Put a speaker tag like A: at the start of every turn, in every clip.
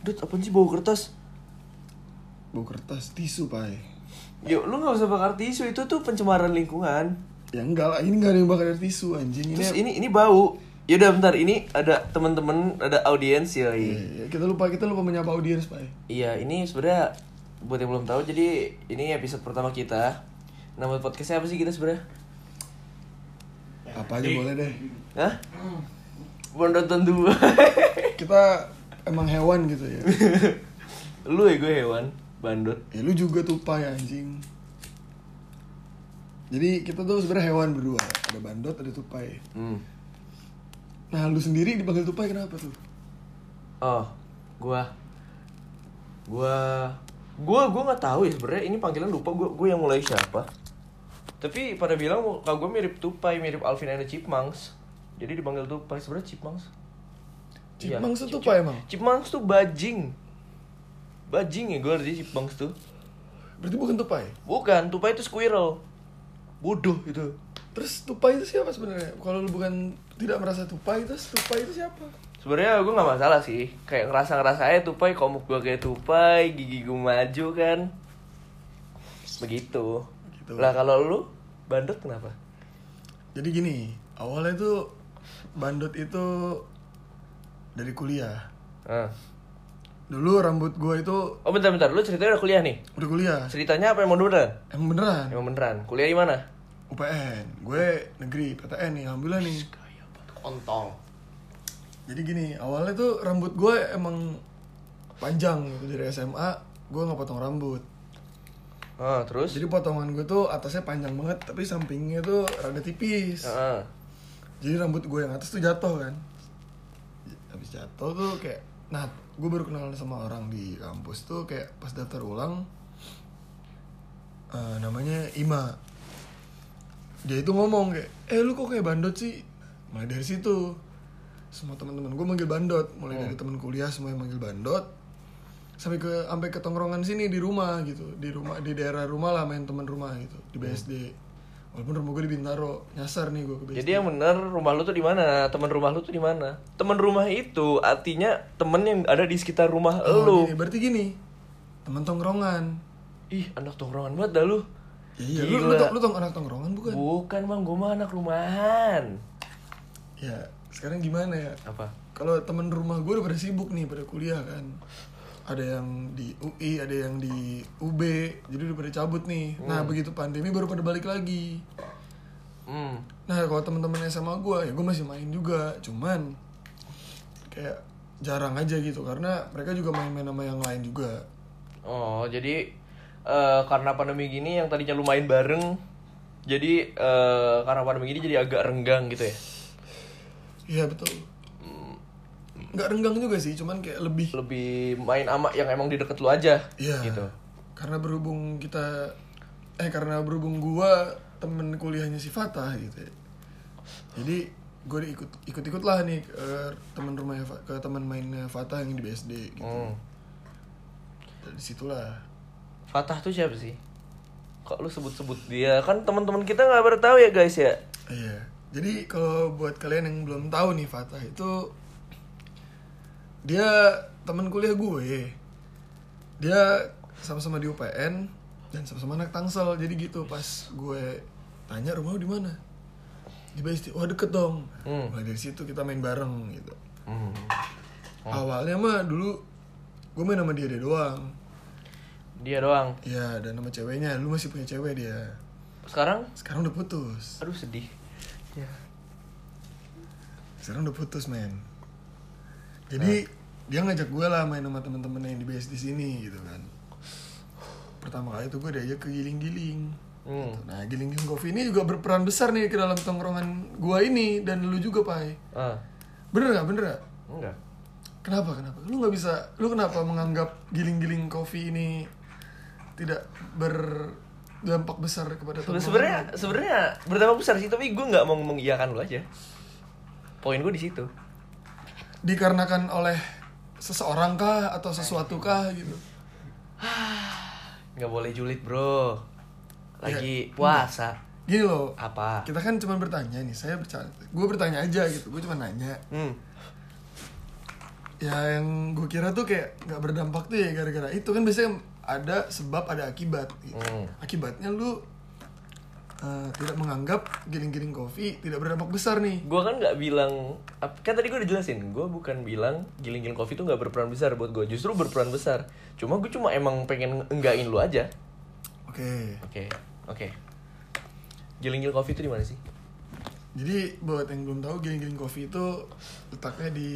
A: Dut, apa sih bau kertas?
B: Bau kertas tisu, Pai.
A: Yuk, lu nggak usah bakar tisu itu tuh pencemaran lingkungan.
B: Ya enggak lah, ini enggak ada yang bakal dari tisu anjing. Ini, ya-
A: Terus ini ini bau. Yaudah bentar, ini ada teman-teman, ada audiens ya.
B: Ya, ya, kita lupa kita lupa menyapa audiens, Pai.
A: Iya, ini sebenarnya buat yang belum tahu, jadi ini episode pertama kita. Nama podcastnya apa sih kita sebenarnya?
B: Apa aja boleh deh.
A: Hah? Bondotan dua.
B: Kita emang hewan gitu ya.
A: lu ya gue hewan, bandot.
B: Ya lu juga tuh, Pai, anjing. Jadi kita tuh sebenarnya hewan berdua. Ada bandot, ada tupai.
A: Hmm.
B: Nah, lu sendiri dipanggil tupai kenapa tuh?
A: Oh, gua gua gua gua nggak tahu ya sebenarnya ini panggilan lupa gua gua yang mulai siapa. Tapi pada bilang kalau gua mirip Tupai, mirip Alvin and the Chipmunks. Jadi dipanggil Tupai sebenarnya Chipmunks. Iya.
B: Chipmunks tuh tupai emang.
A: Chipmunks tuh bajing. Bajing ya gua artinya Chipmunks tuh.
B: Berarti bukan tupai.
A: Bukan, Tupai itu squirrel. Bodoh itu.
B: Terus tupai itu siapa sebenarnya? Kalau lu bukan tidak merasa tupai, terus tupai itu siapa?
A: Sebenarnya gue nggak masalah sih, kayak ngerasa ngerasa aja tupai, komuk gue kayak tupai, gigi gue maju kan, begitu.
B: Begitu.
A: Lah kalau lu bandot kenapa?
B: Jadi gini, awalnya tuh bandot itu dari kuliah.
A: Ah.
B: Dulu rambut gua itu
A: Oh bentar-bentar, lu ceritanya udah kuliah nih?
B: udah kuliah.
A: Ceritanya apa emang beneran?
B: Emang beneran?
A: Emang beneran, kuliah di mana?
B: UPN. Gue negeri PTN nih, alhamdulillah nih.
A: Kontol.
B: Jadi gini, awalnya tuh rambut gue emang panjang gitu dari SMA, gue nggak potong rambut.
A: Ah terus?
B: Jadi potongan gue tuh atasnya panjang banget, tapi sampingnya tuh rada tipis.
A: Ah, ah.
B: Jadi rambut gue yang atas tuh jatuh kan. Habis jatuh tuh kayak nah, gue baru kenalan sama orang di kampus tuh kayak pas daftar ulang eh, namanya Ima. Dia itu ngomong kayak, "Eh lu kok kayak bandot sih?" Mulai dari situ semua teman-teman gue manggil bandot, mulai dari teman kuliah semua yang manggil bandot sampai ke sampai ke tongkrongan sini di rumah gitu di rumah di daerah rumah lah main teman rumah gitu di BSD walaupun rumah gue di Bintaro nyasar nih gue ke BSD
A: Jadi yang bener rumah lu tuh di mana? Temen rumah lu tuh di mana? Temen rumah itu artinya temen yang ada di sekitar rumah
B: Oh,
A: lu.
B: gini, berarti gini teman tongkrongan
A: Ih anak tongkrongan banget dah lu.
B: ya, iya lu lu,
A: Gila.
B: tong- lu tong anak tongkrongan bukan
A: Bukan bang, gue mah anak rumahan.
B: ya sekarang gimana ya
A: Apa?
B: kalau teman rumah gue udah pada sibuk nih pada kuliah kan ada yang di UI ada yang di UB jadi udah pada cabut nih nah begitu pandemi baru pada balik lagi
A: Hmm.
B: nah kalau teman-teman SMA gue ya gue masih main juga cuman kayak jarang aja gitu karena mereka juga main-main sama yang lain juga
A: Oh, jadi eh, karena pandemi gini yang tadinya lu main bareng, jadi eh, karena pandemi gini jadi agak renggang gitu ya.
B: iya betul Hmm. nggak renggang juga sih cuman kayak lebih
A: Lebih main ama yang emang di deket lu aja.
B: Iya.
A: Gitu.
B: Karena berhubung kita eh karena berhubung gua temen kuliahnya si Fatah gitu. ya. Jadi gue ikut ikut ikut lah nih ke teman rumahnya Fa- ke teman mainnya Fatah yang di BSD gitu.
A: Hmm.
B: Dari situlah.
A: Fatah tuh siapa sih? Kok lu sebut-sebut dia? Kan teman-teman kita nggak pada tahu ya guys ya.
B: Iya. Jadi kalau buat kalian yang belum tahu nih Fatah itu dia teman kuliah gue. Dia sama-sama di UPN dan sama-sama anak Tangsel. Jadi gitu pas gue tanya rumah lu di mana? Di BSD. Wah, deket dong.
A: Hmm.
B: Mulai dari situ kita main bareng gitu.
A: Hmm.
B: Awalnya mah dulu gue main sama dia, dia doang.
A: Dia doang.
B: Iya, dan sama ceweknya. Lu masih punya cewek dia.
A: Sekarang
B: Sekarang udah putus.
A: aduh sedih. Ya.
B: sekarang udah putus men
A: Nah.
B: jadi dia ngajak gue lah main sama temen-temen yang di base di sini gitu kan pertama kali tuh gue diajak ke giling-giling
A: Hmm.
B: nah giling-giling coffee ini juga berperan besar nih ke dalam tongkrongan gue ini dan lu juga pai
A: Ah,
B: bener nggak bener nggak
A: enggak.
B: kenapa kenapa lu nggak bisa lu kenapa menganggap giling-giling coffee ini tidak berdampak besar kepada
A: Sebe-
B: tongkrongan
A: sebenarnya sebenarnya berdampak besar sih tapi gue nggak mau mengiyakan lu aja poin gue di situ
B: dikarenakan oleh seseorang kah atau sesuatu kah gitu
A: nggak boleh julid bro lagi puasa
B: gini loh
A: apa
B: kita kan cuma bertanya nih saya bercanda gue bertanya aja gitu gue cuma nanya
A: hmm
B: ya yang gue kira tuh kayak nggak berdampak tuh ya gara-gara itu kan biasanya ada sebab ada akibat gitu.
A: Hmm.
B: akibatnya lu eh, tidak menganggap giling-giling kopi tidak berdampak besar nih
A: Gue kan nggak bilang, ap- kan tadi gue udah jelasin, gue bukan bilang giling-giling kopi tuh nggak berperan besar buat gue, justru berperan besar. Cuma gue cuma emang pengen enggain lu aja.
B: oke
A: Oke, oke. Giling-giling kopi itu di mana sih?
B: jadi buat yang belum tahu giling-giling kopi itu letaknya di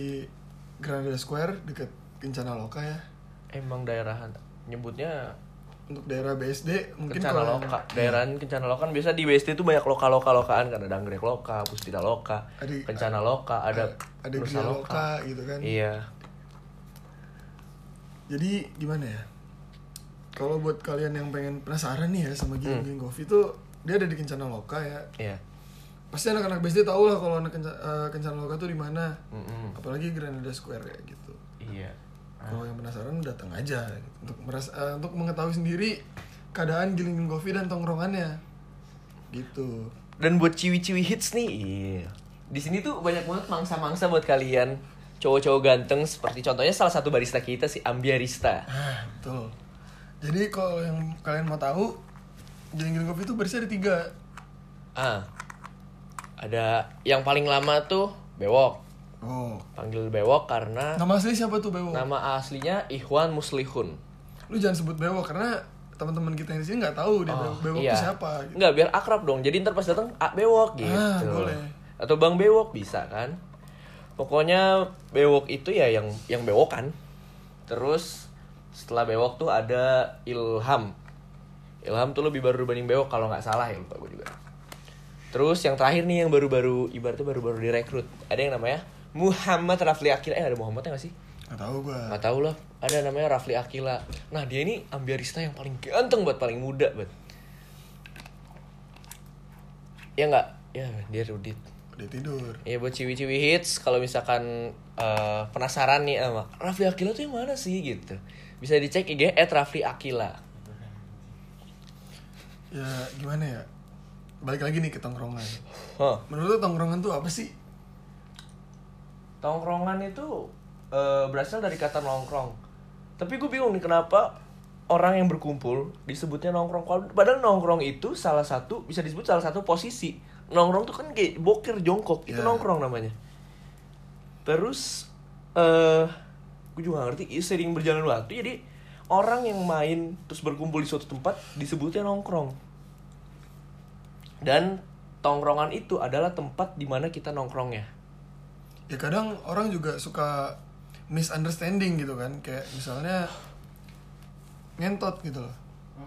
B: Granada Square deket Kencana Loka ya
A: Emang daerahan nyebutnya
B: untuk daerah BSD mungkin
A: kencana
B: kalau Iya.
A: loka. Daerahan kencana loka kan biasa di BSD tuh banyak loka-loka lokaan kan ada anggrek loka, puspita loka,
B: Ada-
A: kencana loka, ada
B: ada
A: Nusa
B: Gria Loka gitu kan
A: Iya.
B: Jadi gimana ya? Kalau buat kalian yang pengen penasaran nih ya sama Giling Giling Coffee tuh dia ada di Kencana Loka ya.
A: Iya.
B: Pasti anak-anak BSD tau lah kalau anak Kenca- eh, Kencana Loka tuh di mana.
A: Mm-mm.
B: Apalagi Granada Square ya gitu.
A: Iya.
B: Kalau yang penasaran datang aja gitu. untuk meras- eh, untuk mengetahui sendiri keadaan Giling Giling Coffee dan tongkrongannya. Gitu.
A: Dan buat ciwi-ciwi hits nih, iya. Di sini tuh banyak banget mangsa-mangsa buat kalian. Cowok-cowok ganteng seperti contohnya salah satu barista kita si Ambiarista.
B: Ah, betul. Jadi kalau yang kalian mau tahu Giling Giling Coffee itu bersih ada tiga.
A: Ah. Ada yang paling lama tuh Bewok.
B: Oh.
A: Panggil Bewok karena
B: Nama asli siapa tuh Bewo?
A: nama aslinya Ikhwan Muslihun.
B: lu jangan sebut bewok karena teman-teman kita yang di sini nggak tahu dia bewok, bewok itu
A: Oh,
B: siapa gitu.
A: iya. Nggak, biar akrab dong. Jadi ntar pas datang A Bewok gitu.
B: Ah, boleh.
A: Atau Bang Bewok bisa kan? Pokoknya Bewok itu ya yang yang bewokan. Terus setelah Bewok tuh ada Ilham. Ilham tuh lebih baru dibanding Bewok kalau nggak salah ya lupa gue juga. Terus yang terakhir nih yang baru-baru ibaratnya baru-baru direkrut. Ada yang namanya Muhammad Rafli Akila. Eh ada Muhammadnya nggak sih?
B: nggak tahu gua
A: Nggak tahu lah. Ada namanya Rafli Akila. Nah dia ini ambiarista yang paling ganteng buat paling muda buat. Ya nggak? Ya dia Rudit.
B: dia tidur
A: Ya buat ciwi-ciwi hits kalau misalkan eh, penasaran nih sama Rafli Akila tuh yang mana sih gitu. Bisa dicek IG at Rafli Akila.
B: ya gimana ya balik lagi nih ke tongkrongan
A: Huh.
B: menurut lu tongkrongan tuh apa sih
A: Tongkrongan itu eh, berasal dari kata nongkrong. Tapi gue bingung nih kenapa orang yang berkumpul disebutnya nongkrong. Padahal nongkrong itu salah satu bisa disebut salah satu posisi. Nongkrong tuh kan kayak boker jongkok itu
B: Iya.
A: nongkrong namanya. Terus eh gue juga gak ngerti i- sering berjalan waktu jadi orang yang main terus berkumpul di suatu tempat disebutnya nongkrong. Dan tongkrongan itu adalah tempat di mana kita nongkrongnya.
B: ya kadang orang juga suka misunderstanding gitu kan kayak misalnya ngentot gitu loh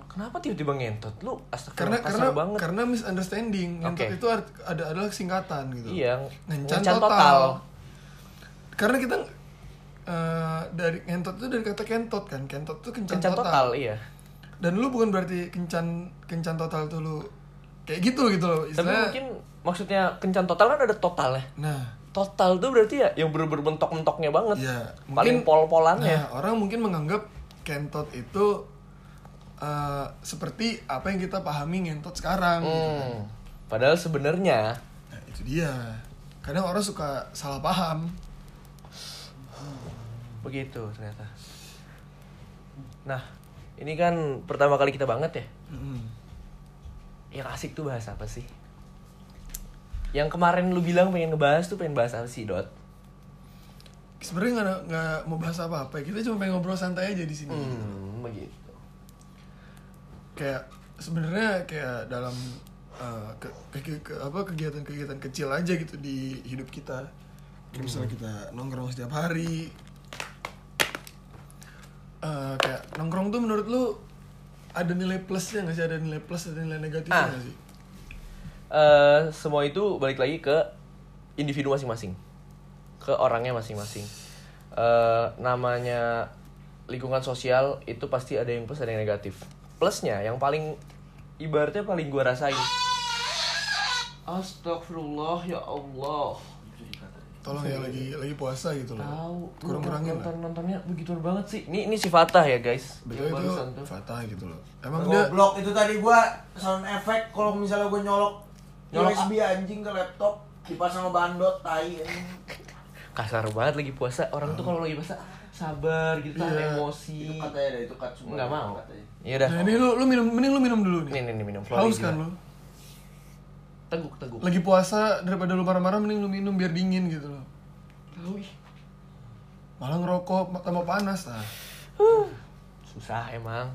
A: Kenapa tiba-tiba ngentot? Lu astagfirullah
B: karena karena
A: kasar banget.
B: karena misunderstanding ngentot
A: Oke.
B: itu art- ada adalah singkatan gitu
A: Iya,
B: ngencan,
A: ngencan
B: total.
A: total.
B: karena kita eh, dari ngentot itu dari kata kentot kan kentot itu kencan,
A: Kencan
B: total.
A: total, iya.
B: dan lu bukan berarti kencan kencan total tuh lu kayak gitu gitu loh
A: Tapi
B: istilahnya
A: mungkin maksudnya kencan total kan ada totalnya.
B: nah
A: Total tuh berarti ya yang bener-bener mentok-mentoknya banget.
B: ya
A: Paling ya. pol-polannya.
B: nah, orang mungkin menganggap kentot itu eh, seperti apa yang kita pahami ngentot sekarang gitu.
A: Hmm. Padahal sebenarnya
B: nah itu dia kadang orang suka salah paham
A: begitu ternyata. Nah, ini kan pertama kali kita banget ya.
B: Mm.
A: Yang asik tuh bahas apa sih? Yang kemarin lu bilang pengen ngebahas tuh pengen bahas apa sih, Dot?
B: sebenarnya nggak ada- nggak mau bahas apa apa kita cuma pengen ngobrol santai aja di sini
A: Hmm, begitu.
B: kayak sebenarnya kayak dalam eh, ke, ke- ke- apa kegiatan-kegiatan kecil aja gitu di hidup kita Kayak misalnya kita nongkrong setiap hari Eh, kayak nongkrong tuh menurut lu ada nilai plusnya nggak sih ada nilai plus ada nilai negatifnya
A: Ah.
B: nggak sih
A: eh semua itu balik lagi ke individu masing-masing ke orangnya masing-masing Eh namanya lingkungan sosial itu pasti ada yang plus ada yang negatif plusnya yang paling ibaratnya paling gua rasain Astagfirullah ya Allah
B: tolong ya lagi lagi puasa gitu loh
A: Iya, tahu
B: kurang-kurangin
A: nonton
B: lah
A: nontonnya begituan banget sih ini ini si Fatah ya guys
B: betul itu
A: barusan tuh.
B: fatah gitu loh emang dia
C: Goblok itu tadi gua sound effect kalau misalnya gua nyolok
A: Nyolok
C: USB anjing ke laptop dipasang sama bandot tai anjing.
A: kasar banget lagi puasa orang tuh kalau lagi puasa sabar gitu tahan
B: Iya.
A: emosi
C: itu katanya ada itu cut semua
A: nggak mau
C: katanya.
A: ya udah
B: Nah ini lu, lu minum, mending lu minum dulu
A: nih
B: nih.
A: nih, nih minum Flori
B: Haus
A: gila.
B: kan lu?
A: teguk teguk
B: Lagi puasa daripada lu marah-marah mending lu minum biar dingin gitu loh.
A: Tahu, ih.
B: Malah ngerokok ma- tambah panas ah. lah.
A: susah emang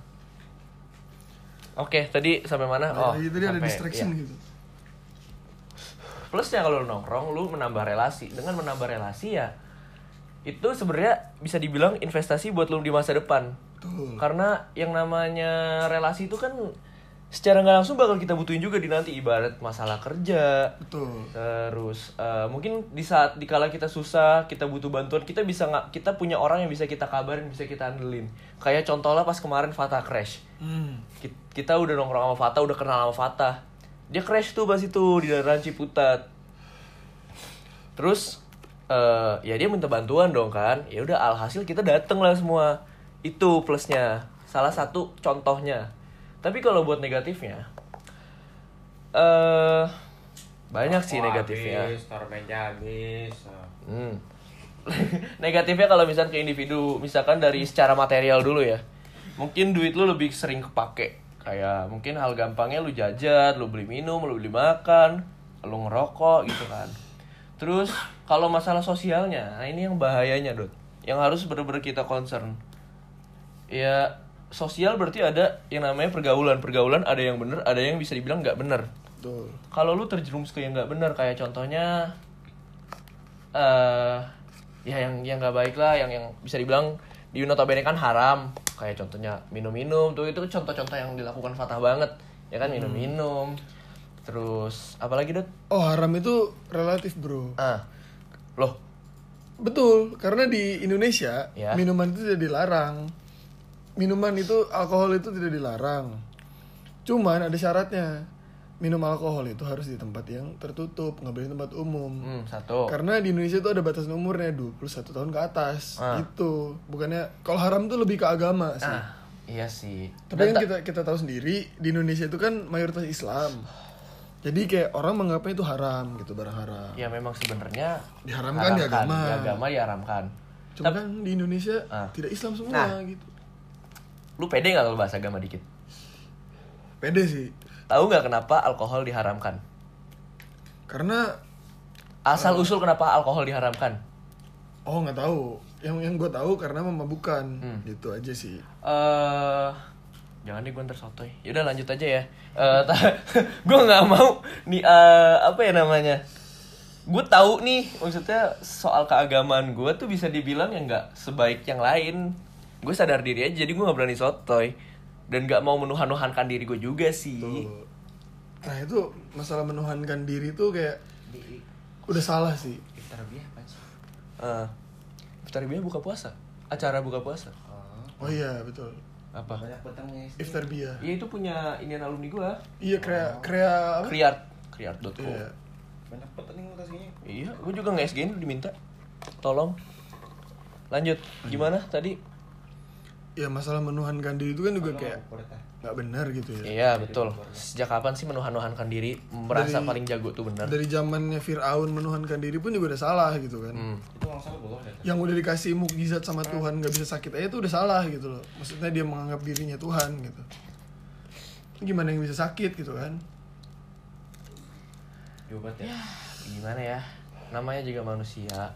A: oke tadi sampai mana oh
B: Lagi Iya, tadi ada
A: sampai-
B: distraction
A: iya.
B: gitu.
A: plusnya kalau lu nongkrong lu menambah relasi dengan menambah relasi ya itu sebenarnya bisa dibilang investasi buat lu di masa depan
B: Betul.
A: karena yang namanya relasi itu kan secara nggak langsung bakal kita butuhin juga di nanti ibarat masalah kerja
B: Betul.
A: terus eh, mungkin di saat dikala kita susah kita butuh bantuan kita bisa nggak kita punya orang yang bisa kita kabarin bisa kita andelin kayak contohnya pas kemarin Fata crash
B: Hmm.
A: Ki- kita udah nongkrong sama Fata udah kenal sama Fata dia crash tuh pas itu di daerah Ciputat terus eh, ya dia minta bantuan dong kan ya udah alhasil kita dateng lah semua itu plusnya salah satu contohnya tapi kalau buat negatifnya eh banyak sih
D: Rokok
A: negatifnya
D: habis, taruh meja habis. eh.
A: Hmm. Negatifnya kalau misalkan ke individu, misalkan dari secara material dulu ya. Mungkin duit lu lebih sering kepake. Kayak mungkin hal gampangnya lu jajan, lu beli minum, lu beli makan, lu ngerokok gitu kan. Terus kalau masalah sosialnya, nah ini yang bahayanya, Dot. Yang harus bener-bener kita concern. Ya sosial berarti ada yang namanya pergaulan. Pergaulan ada yang bener, ada yang bisa dibilang nggak bener
B: Betul.
A: kalau lu terjerumus ke yang nggak benar kayak contohnya eh ya yang yang nggak baik lah yang yang bisa dibilang di notabene kan haram kayak contohnya minum-minum tuh itu contoh-contoh yang dilakukan fatah banget ya
B: Hmm.
A: kan minum-minum terus apalagi dot
B: Oh haram itu relatif bro.
A: ah loh
B: Betul, karena di Indonesia
A: Ya.
B: minuman itu tidak dilarang. Minuman itu alkohol itu tidak dilarang. Cuman ada syaratnya. Minum alkohol itu harus di tempat yang tertutup, nggak boleh di tempat umum.
A: hmm, satu
B: Karena di Indonesia itu ada batasan umurnya 21 tahun ke atas.
A: Ah.
B: Gitu. Bukannya kalau haram tuh lebih ke agama sih.
A: ah iya sih
B: Tapi
A: Dan
B: kan
A: ta-
B: kita kita tahu sendiri di Indonesia itu kan mayoritas Islam. Jadi kayak orang menganggapnya itu haram gitu, barang haram.
A: ya memang sebenarnya
B: Diharamkan di
A: haramkan.
B: agama.
A: di agama diharamkan
B: Cuma kan di Indonesia
A: Ah.
B: tidak Islam semua
A: Nah.
B: gitu.
A: lu pede nggak kalau bahas agama dikit
B: Pede sih.
A: tahu nggak kenapa alkohol diharamkan
B: Karena Hmm.
A: Asal usul kenapa alkohol diharamkan?
B: oh nggak tahu. Yang yang gue tahu karena memabukan
A: Hmm.
B: gitu aja sih.
A: Eh jangan deh gue ntar sotoy. Yaudah lanjut aja ya. Eh gue nggak mau nih eh, apa ya namanya? Gue tahu nih maksudnya soal keagamaan gue tuh bisa dibilang yang nggak sebaik yang lain. Gue sadar diri aja jadi gue nggak berani sotoy dan nggak mau menuhan-nuhankan diri gue juga sih.
B: Tuh. Nah itu masalah menuhankan diri tuh kayak
C: Di
B: udah salah sih.
C: iftar biaya apa sih?
A: Eh, Iftar biaya buka puasa. Acara buka puasa.
B: Oh
C: Oh,
B: iya betul.
A: Apa?
C: banyak bertemu SD.
B: Iftar bia.
A: Ya itu punya ini alumni gue.
B: Iya krea
A: Oh.
B: krea apa?
A: Kriart. Kriart.co.
B: Iya.
C: Banyak petening mutasinya.
A: Iya, gue juga nge SG ini diminta. Tolong. Lanjut. Gimana tadi?
B: Ya masalah menuhankan diri itu kan juga
C: Kalau
B: kayak
C: nggak boleh, tah.
B: nggak benar gitu ya.
A: Iya, betul. Sejak kapan sih menuhan-nuhankan diri merasa
B: Dari-
A: paling jago tuh bener?
B: Dari zamannya Firaun menuhankan diri pun juga udah salah gitu kan.
A: Hmm.
C: Itu orang salah
D: ya.
C: boleh. tah.
B: yang udah dikasih mukjizat sama Tuhan nggak bisa sakit aja itu udah salah gitu loh maksudnya dia menganggap dirinya Tuhan gitu gimana yang bisa sakit gitu kan
D: Diobat ya.
A: Gimana ya? Namanya juga manusia.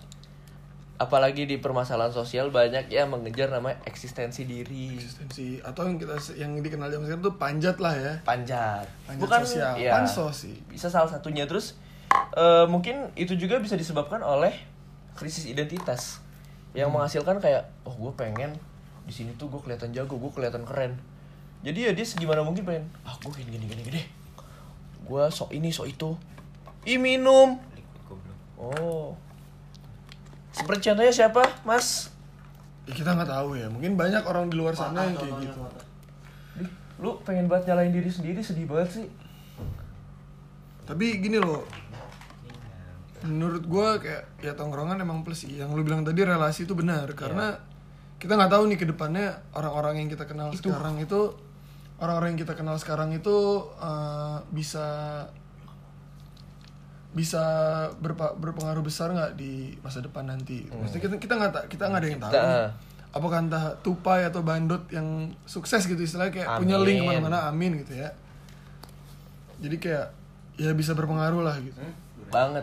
A: Apalagi di permasalahan sosial banyak yang mengejar namanya eksistensi diri.
B: eksistensi atau yang kita yang dikenal zaman sekarang tuh panjat lah ya
A: Panjat.
B: panjat
A: Bukan
B: sosial
A: iya.
B: pansos sih
A: Bisa salah satunya terus eh, mungkin itu juga bisa disebabkan oleh krisis identitas yang menghasilkan kayak oh gue pengen di sini tuh gue kelihatan jago gue kelihatan keren jadi ya dia segimana mungkin pengen ah gue gini gini gini gini gue sok ini sok itu i minum
D: Liquid goblok.
A: oh seperti contohnya siapa mas
B: ya, kita nggak tahu ya mungkin banyak orang di luar sana
C: Patah
B: yang kayak
C: contohnya,
B: gitu
C: patah.
A: Dih, lu pengen banget nyalain diri sendiri sedih banget sih
B: tapi gini loh
D: Iya.
B: menurut gua kayak ya tongkrongan emang plus sih yang lu bilang tadi relasi itu benar karena kita nggak tahu nih ke depannya orang-orang yang kita kenal sekarang itu orang-orang yang kita kenal sekarang itu eh, bisa bisa berpa- berpengaruh besar nggak di masa depan nanti? Maksudnya kita kita nggak ta- kita nggak ada yang tahu.
A: Kita-
B: nih. Apakah entah tupai atau bandot yang sukses gitu istilahnya kayak punya
A: Amin.
B: link kemana-mana, amin gitu ya. Jadi kayak ya bisa berpengaruh lah gitu.
A: banget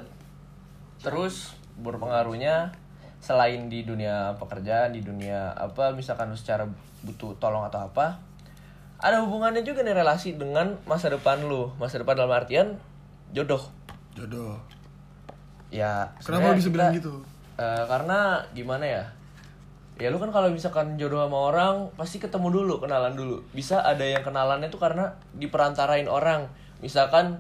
A: terus berpengaruhnya selain di dunia pekerjaan di dunia apa misalkan lu secara butuh tolong atau apa ada hubungannya juga nih relasi dengan masa depan lu masa depan dalam artian jodoh
B: Jodoh.
A: ya sebenarnya
B: Kenapa lu bisa
A: kita-
B: bilang gitu?
A: Eh, karena gimana ya ya lu kan kalau misalkan jodoh sama orang pasti ketemu dulu kenalan dulu bisa ada yang kenalannya tuh karena diperantarain orang misalkan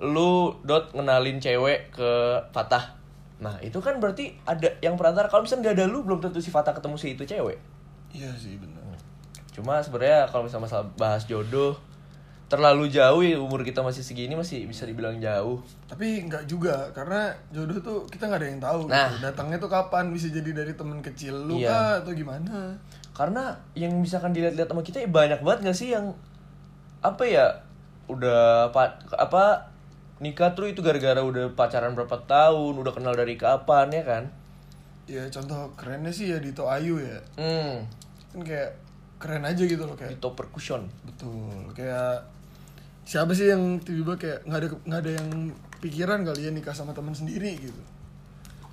A: lu dot ngenalin cewek ke Fatah nah itu kan berarti ada yang perantara kalau misalnya nggak ada lu belum tentu si Fatah ketemu si itu cewek
B: Iya sih benar.
A: cuma sebenarnya kalau misalnya masalah bahas jodoh terlalu jauh ya umur kita masih segini masih bisa dibilang jauh
B: Tapi nggak juga karena jodoh tuh kita nggak ada yang tahu.
A: Nah.
B: gitu. Datangnya tuh kapan? Bisa jadi dari temen kecil lu
A: Iya.
B: kah atau gimana?
A: karena yang misalkan dilihat-lihat sama kita ya banyak banget gak sih yang apa ya udah pa- apa nikah tuh itu gara-gara udah pacaran berapa tahun udah kenal dari kapan ya kan
B: Ya contoh kerennya sih ya Dito Ayu ya.
A: hmm
B: Kan kayak keren aja gitu loh kayak.
A: itu percussion
B: Betul. Kayak siapa sih yang tiba-tiba kayak nggak ada nggak ada yang pikiran kali ya nikah sama teman sendiri gitu.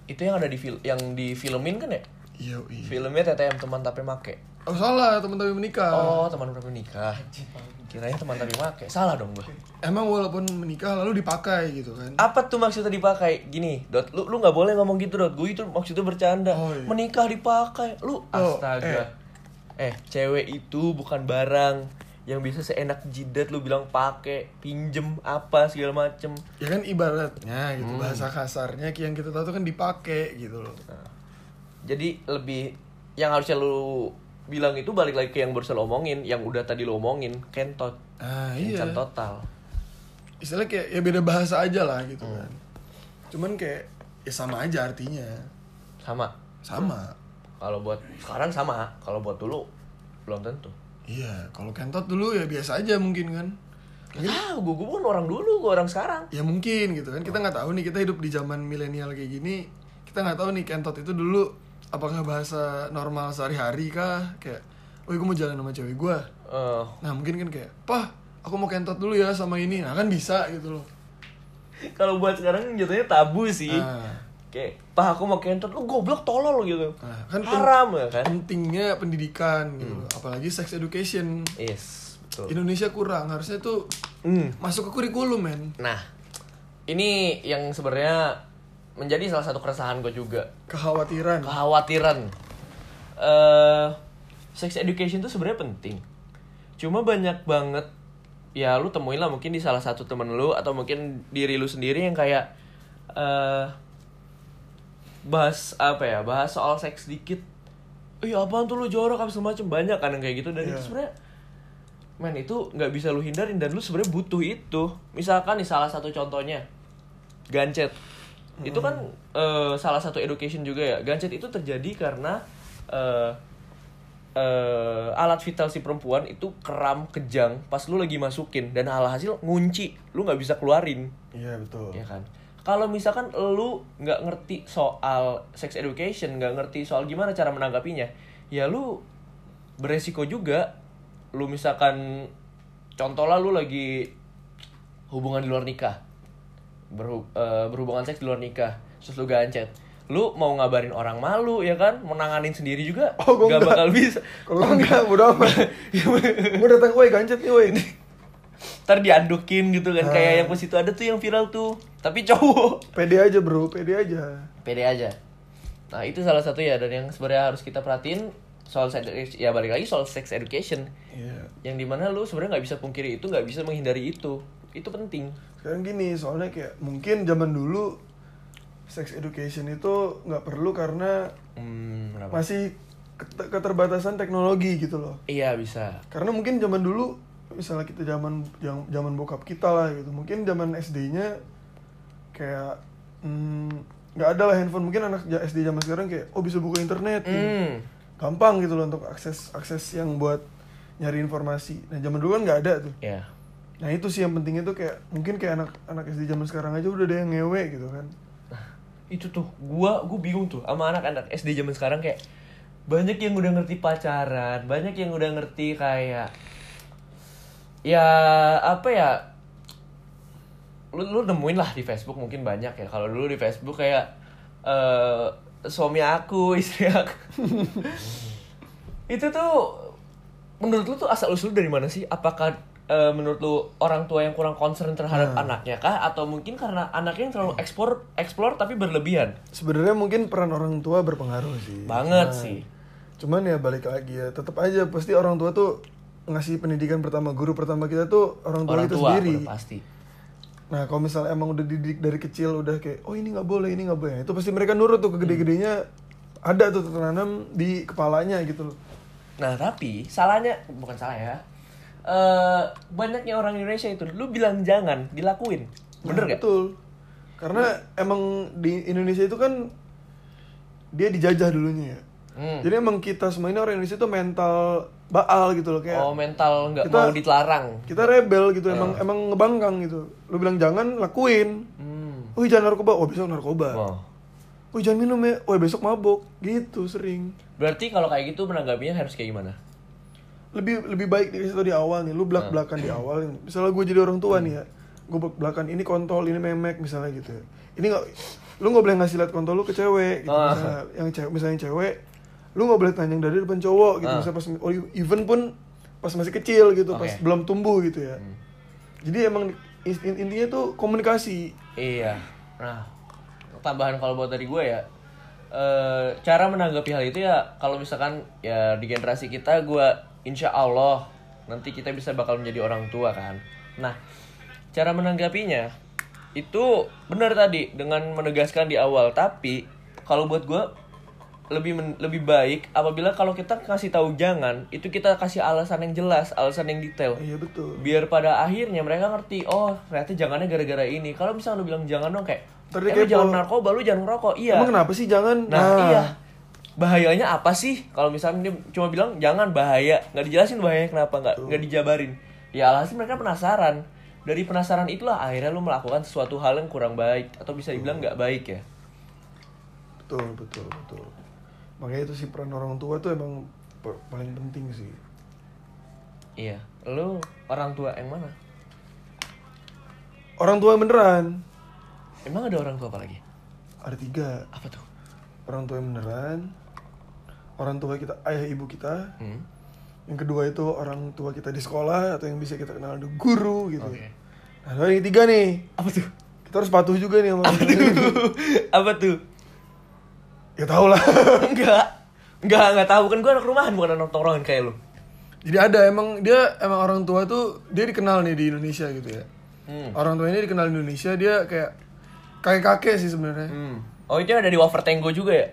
A: itu yang ada di film yang di filmin kan ya
B: Iya, iya.
A: filmnya TTM teman tapi make
B: Oh salah teman tapi menikah.
A: oh teman berapa nikah kiranya teman tapi make salah dong gua
B: Emang walaupun menikah lalu dipakai gitu kan.
A: apa tuh maksudnya dipakai gini dot lu lu nggak boleh ngomong gitu dot gue itu maksudnya bercanda
B: Oh, iya.
A: menikah dipakai lu
B: Oh,
A: astaga eh. cewek itu bukan barang yang bisa seenak jidat lu bilang pakai pinjem apa segala macem
B: Ya kan ibaratnya gitu bahasa kasarnya yang kita tahu tuh kan dipakai gitu loh.
A: jadi lebih yang harusnya lu bilang itu balik lagi ke yang barusan lo omongin yang udah tadi lu omongin kentot
B: Ah iya.
A: kencan total
B: Istilahnya kayak ya beda bahasa aja lah gitu kan. Cuman kayak ya sama aja artinya.
A: sama
B: Sama.
A: kalau buat sekarang sama kalau buat dulu belum tentu
B: Iya, kalau kentot dulu ya biasa aja mungkin kan. Mungkin-
A: ah gue bukan orang dulu gue orang sekarang
B: ya mungkin gitu kan kita nggak tahu nih kita hidup di zaman milenial kayak gini kita nggak tahu nih kentot itu dulu apakah bahasa normal sehari-hari kah kayak woi gue mau jalan sama cewek gue
A: Eh,
B: nah mungkin kan kayak pah aku mau kentot dulu ya sama ini nah kan bisa gitu loh
A: kalau buat sekarang jatuhnya tabu sih
B: Ah.
A: kayak pak aku mau kentut lu goblok tolol gitu
B: Nah, kan pen-
A: haram ya kan
B: pentingnya pendidikan gitu loh. apalagi sex education
A: yes betul
B: Indonesia kurang harusnya tuh
A: Hmm.
B: masuk ke kurikulum men
A: nah ini yang sebenarnya menjadi salah satu keresahan gue juga
B: kekhawatiran
A: kekhawatiran eh sex education tuh sebenarnya penting cuma banyak banget ya lu temuin lah mungkin di salah satu temen lu atau mungkin diri lu sendiri yang kayak eh bahas apa ya bahas soal seks dikit iya apaan tuh lu jorok apa segala macem banyak kan yang kayak gitu dan itu
B: Iya.
A: sebenarnya men itu nggak bisa lu hindarin dan lu sebenarnya butuh itu misalkan nih salah satu contohnya gancet itu kan eh, salah satu education juga ya gancet itu terjadi karena eh, eh, alat vital si perempuan itu kram kejang pas lu lagi masukin dan alhasil ngunci lu nggak bisa keluarin
B: iya betul
A: ya kan kalau misalkan lu nggak ngerti soal sex education nggak ngerti soal gimana cara menanggapinya ya lu beresiko juga lu misalkan contoh lah lu lagi hubungan di luar nikah Berhu- eh, berhubungan seks di luar nikah terus lu gancet lu mau ngabarin orang malu ya kan menanganin sendiri juga
B: Oh, gua
A: nggak
B: nggak.
A: bakal bisa
B: kalau enggak udah apa gue datang woi gancet nih woi
A: ntar diandukin gitu kan
B: Ah.
A: kayak yang pas itu ada tuh yang viral tuh tapi cowok
B: pede aja bro pede aja
A: pede aja nah itu salah satu ya dan yang sebenarnya harus kita perhatiin soal sex edu- ya balik lagi soal sex education
B: Iya.
A: yang dimana lu sebenarnya nggak bisa pungkiri itu nggak bisa menghindari itu itu penting
B: Sekarang gini, soalnya kayak mungkin zaman dulu sex education itu nggak perlu karena
A: hmm, kenapa?
B: masih ket- keterbatasan teknologi gitu loh.
A: iya bisa
B: Karena mungkin zaman dulu misalnya kita zaman jam- zaman bokap kita lah gitu. Mungkin zaman SD-nya kayak mm, nggak ada lah handphone. Mungkin anak ja- SD zaman sekarang kayak oh bisa buka internet. nih.
A: hmm.
B: Gampang gitu loh untuk akses akses yang buat nyari informasi. Nah, zaman dulu kan nggak ada tuh.
A: ya
B: Nah itu sih yang pentingnya tuh kayak mungkin kayak anak anak SD zaman sekarang aja udah ada yang ngewe gitu kan.
A: itu tuh gua gua bingung tuh sama anak-anak SD zaman sekarang kayak banyak yang udah ngerti pacaran banyak yang udah ngerti kayak ya apa ya lu lu nemuin lah di Facebook mungkin banyak ya kalau dulu di Facebook kayak eh suami aku istri aku itu tuh menurut lu tuh asal usul dari mana sih apakah eh, menurut lu orang tua yang kurang concern terhadap anaknya kah atau mungkin karena anaknya yang terlalu ekspor eksplor tapi berlebihan
B: Sebenarnya mungkin peran orang tua berpengaruh sih.
A: banget
B: Cuman-
A: sih
B: Cuman ya balik lagi ya, tetap aja pasti orang tua tuh ngasih pendidikan pertama guru pertama kita tuh orang tua
A: orang
B: itu
A: tua
B: sendiri.
A: udah pasti
B: Nah kalau misalnya emang udah dididik dari kecil udah kayak oh ini nggak boleh ini nggak boleh, itu pasti mereka nurut tuh kegede-gedenya ada tuh tertanam di kepalanya gitu loh.
A: nah tapi salahnya bukan salah ya Eh, banyaknya orang Indonesia itu lu bilang jangan dilakuin bener
B: Nah,
A: gak
B: Betul. Karena emang di Indonesia itu kan dia dijajah dulunya ya.
A: Hmm.
B: Jadi emang kita semua ini orang Indonesia itu mental baal gitu loh kayak
A: oh mental nggak
B: Kita-
A: mau ditelarang
B: kita rebel gitu
A: Ah.
B: emang emang ngebangkang gitu. Lu bilang jangan lakuin.
A: hmm.
B: Wih jangan narkoba, oh besok narkoba.
A: Wow.
B: Wih jangan minum ya, oh besok mabok. Gitu sering.
A: berarti kalau kayak gitu menanggapinya harus kayak gimana
B: lebih lebih baik dikasih tau di awal nih lu
A: Hmm.
B: belak belakan di awal nih. misalnya gue jadi orang tua nih ya gue belak belakan ini kontol ini memek misalnya gitu ya. ini nggak lu nggak boleh ngasih liat kontol lu ke cewek gitu
A: Ah.
B: misalnya yang cewek misalnya yang cewek lu nggak boleh tanya yang dari depan cowok gitu
A: Ah.
B: misalnya pas oh, even pun pas masih kecil gitu pas
A: Oke. Hmm.
B: belum tumbuh gitu ya jadi emang in- in- intinya tuh komunikasi
A: Iya. Nah, tambahan kalau buat dari gue ya, eh, cara menanggapi hal itu ya kalau misalkan ya di generasi kita gue insya Allah nanti kita bisa bakal menjadi orang tua kan. Nah, cara menanggapinya itu benar tadi dengan menegaskan di awal tapi kalau buat gue lebih men- lebih baik apabila kalau kita kasih tahu jangan itu kita kasih alasan yang jelas alasan yang detail
B: iya betul
A: biar pada akhirnya mereka ngerti oh ternyata jangannya gara-gara ini kalau misalnya lu bilang jangan dong kayak
B: Ntar
A: eh,
B: dia
A: lu
B: kepo.
A: jangan narkoba lu jangan ngerokok iya
B: emang kenapa sih jangan
A: nah, iya bahayanya apa sih kalau misalnya dia cuma bilang jangan bahaya nggak dijelasin bahayanya kenapa nggak nggak dijabarin ya alhasil mereka penasaran dari penasaran itulah akhirnya lu melakukan sesuatu hal yang kurang baik atau bisa dibilang nggak baik ya
B: betul betul betul makanya itu sih peran orang tua tuh emang per- paling penting sih
A: iya lu orang tua yang mana
B: orang tua yang beneran
A: emang ada orang tua apa lagi
B: ada tiga
A: apa tuh
B: orang tua yang beneran orang tua kita ayah ibu kita
A: hmm?
B: yang kedua itu orang tua kita di sekolah atau yang bisa kita kenal dengan guru gitu
A: Oke.
B: ya. nah lalu yang ketiga nih
A: apa tuh
B: kita harus patuh juga nih sama orang tua.
A: apa tuh
B: ya tau lah
A: enggak enggak enggak tahu kan gue anak rumahan bukan anak tongkrongan kayak lu
B: jadi ada emang dia emang orang tua tuh dia dikenal nih di Indonesia gitu ya
A: hmm.
B: orang tua ini dikenal di Indonesia dia kayak kakek kakek sih sebenarnya
A: oh itu yang ada di wafer tenggo juga ya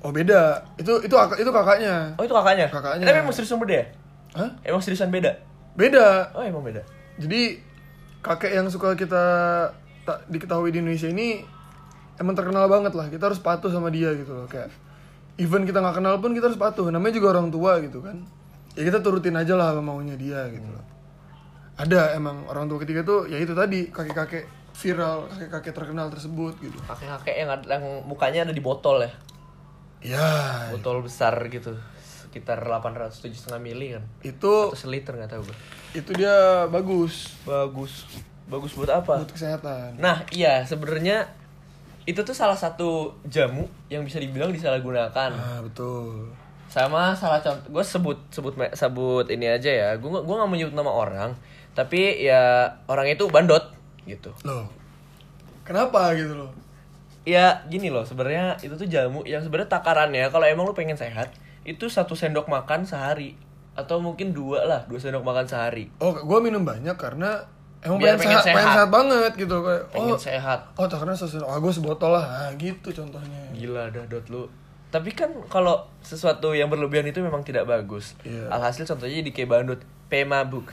B: oh beda itu itu ak- itu kakaknya
A: oh itu kakaknya
B: Kakaknya.
A: tapi emang seriusan beda ya
B: Hah?
A: emang seriusan beda
B: beda
A: oh emang beda
B: Jadi kakek yang suka kita tak diketahui di Indonesia ini emang terkenal banget lah. Kita harus patuh sama dia gitu loh kayak even kita nggak kenal pun kita harus patuh. Namanya juga orang tua gitu kan. Ya kita turutin aja lah apa maunya dia gitu loh. Ada emang orang tua ketiga tuh ya itu tadi kakek-kakek viral, kakek-kakek terkenal tersebut gitu.
A: kakek kakek yang ada- yang mukanya ada di botol ya
B: Ya,
A: botol besar gitu sekitar 800 setengah mili kan
B: itu
A: atau seliter nggak tahu gue
B: itu dia bagus
A: bagus bagus buat apa
B: buat kesehatan.
A: Nah, iya, sebenarnya itu tuh salah satu jamu yang bisa dibilang disalahgunakan.
B: Nah, betul.
A: Sama salah contoh, gue sebut sebut me- sebut ini aja ya. Gue nggak- gue nggak menyebut nama orang, tapi ya orang itu bandot gitu.
B: Loh. Kenapa gitu loh?
A: Ya gini loh, sebenarnya itu tuh jamu yang sebenarnya takarannya kalau emang lu pengen sehat itu satu sendok makan sehari atau mungkin dua lah dua sendok makan sehari
B: Oh, gue minum banyak karena emang
A: Biar
B: pengen,
A: pengen
B: sehat,
A: sehat.
B: pengen sehat banget gitu kayak
A: pengen
B: oh
A: sehat
B: oh tak karena sesuatu oh gue sebotol lah nah, gitu contohnya
A: Gila dah dot lu. Tapi kan kalau sesuatu yang berlebihan itu memang tidak bagus.
B: Iya.
A: Alhasil contohnya di kayak bandut, pemabuk,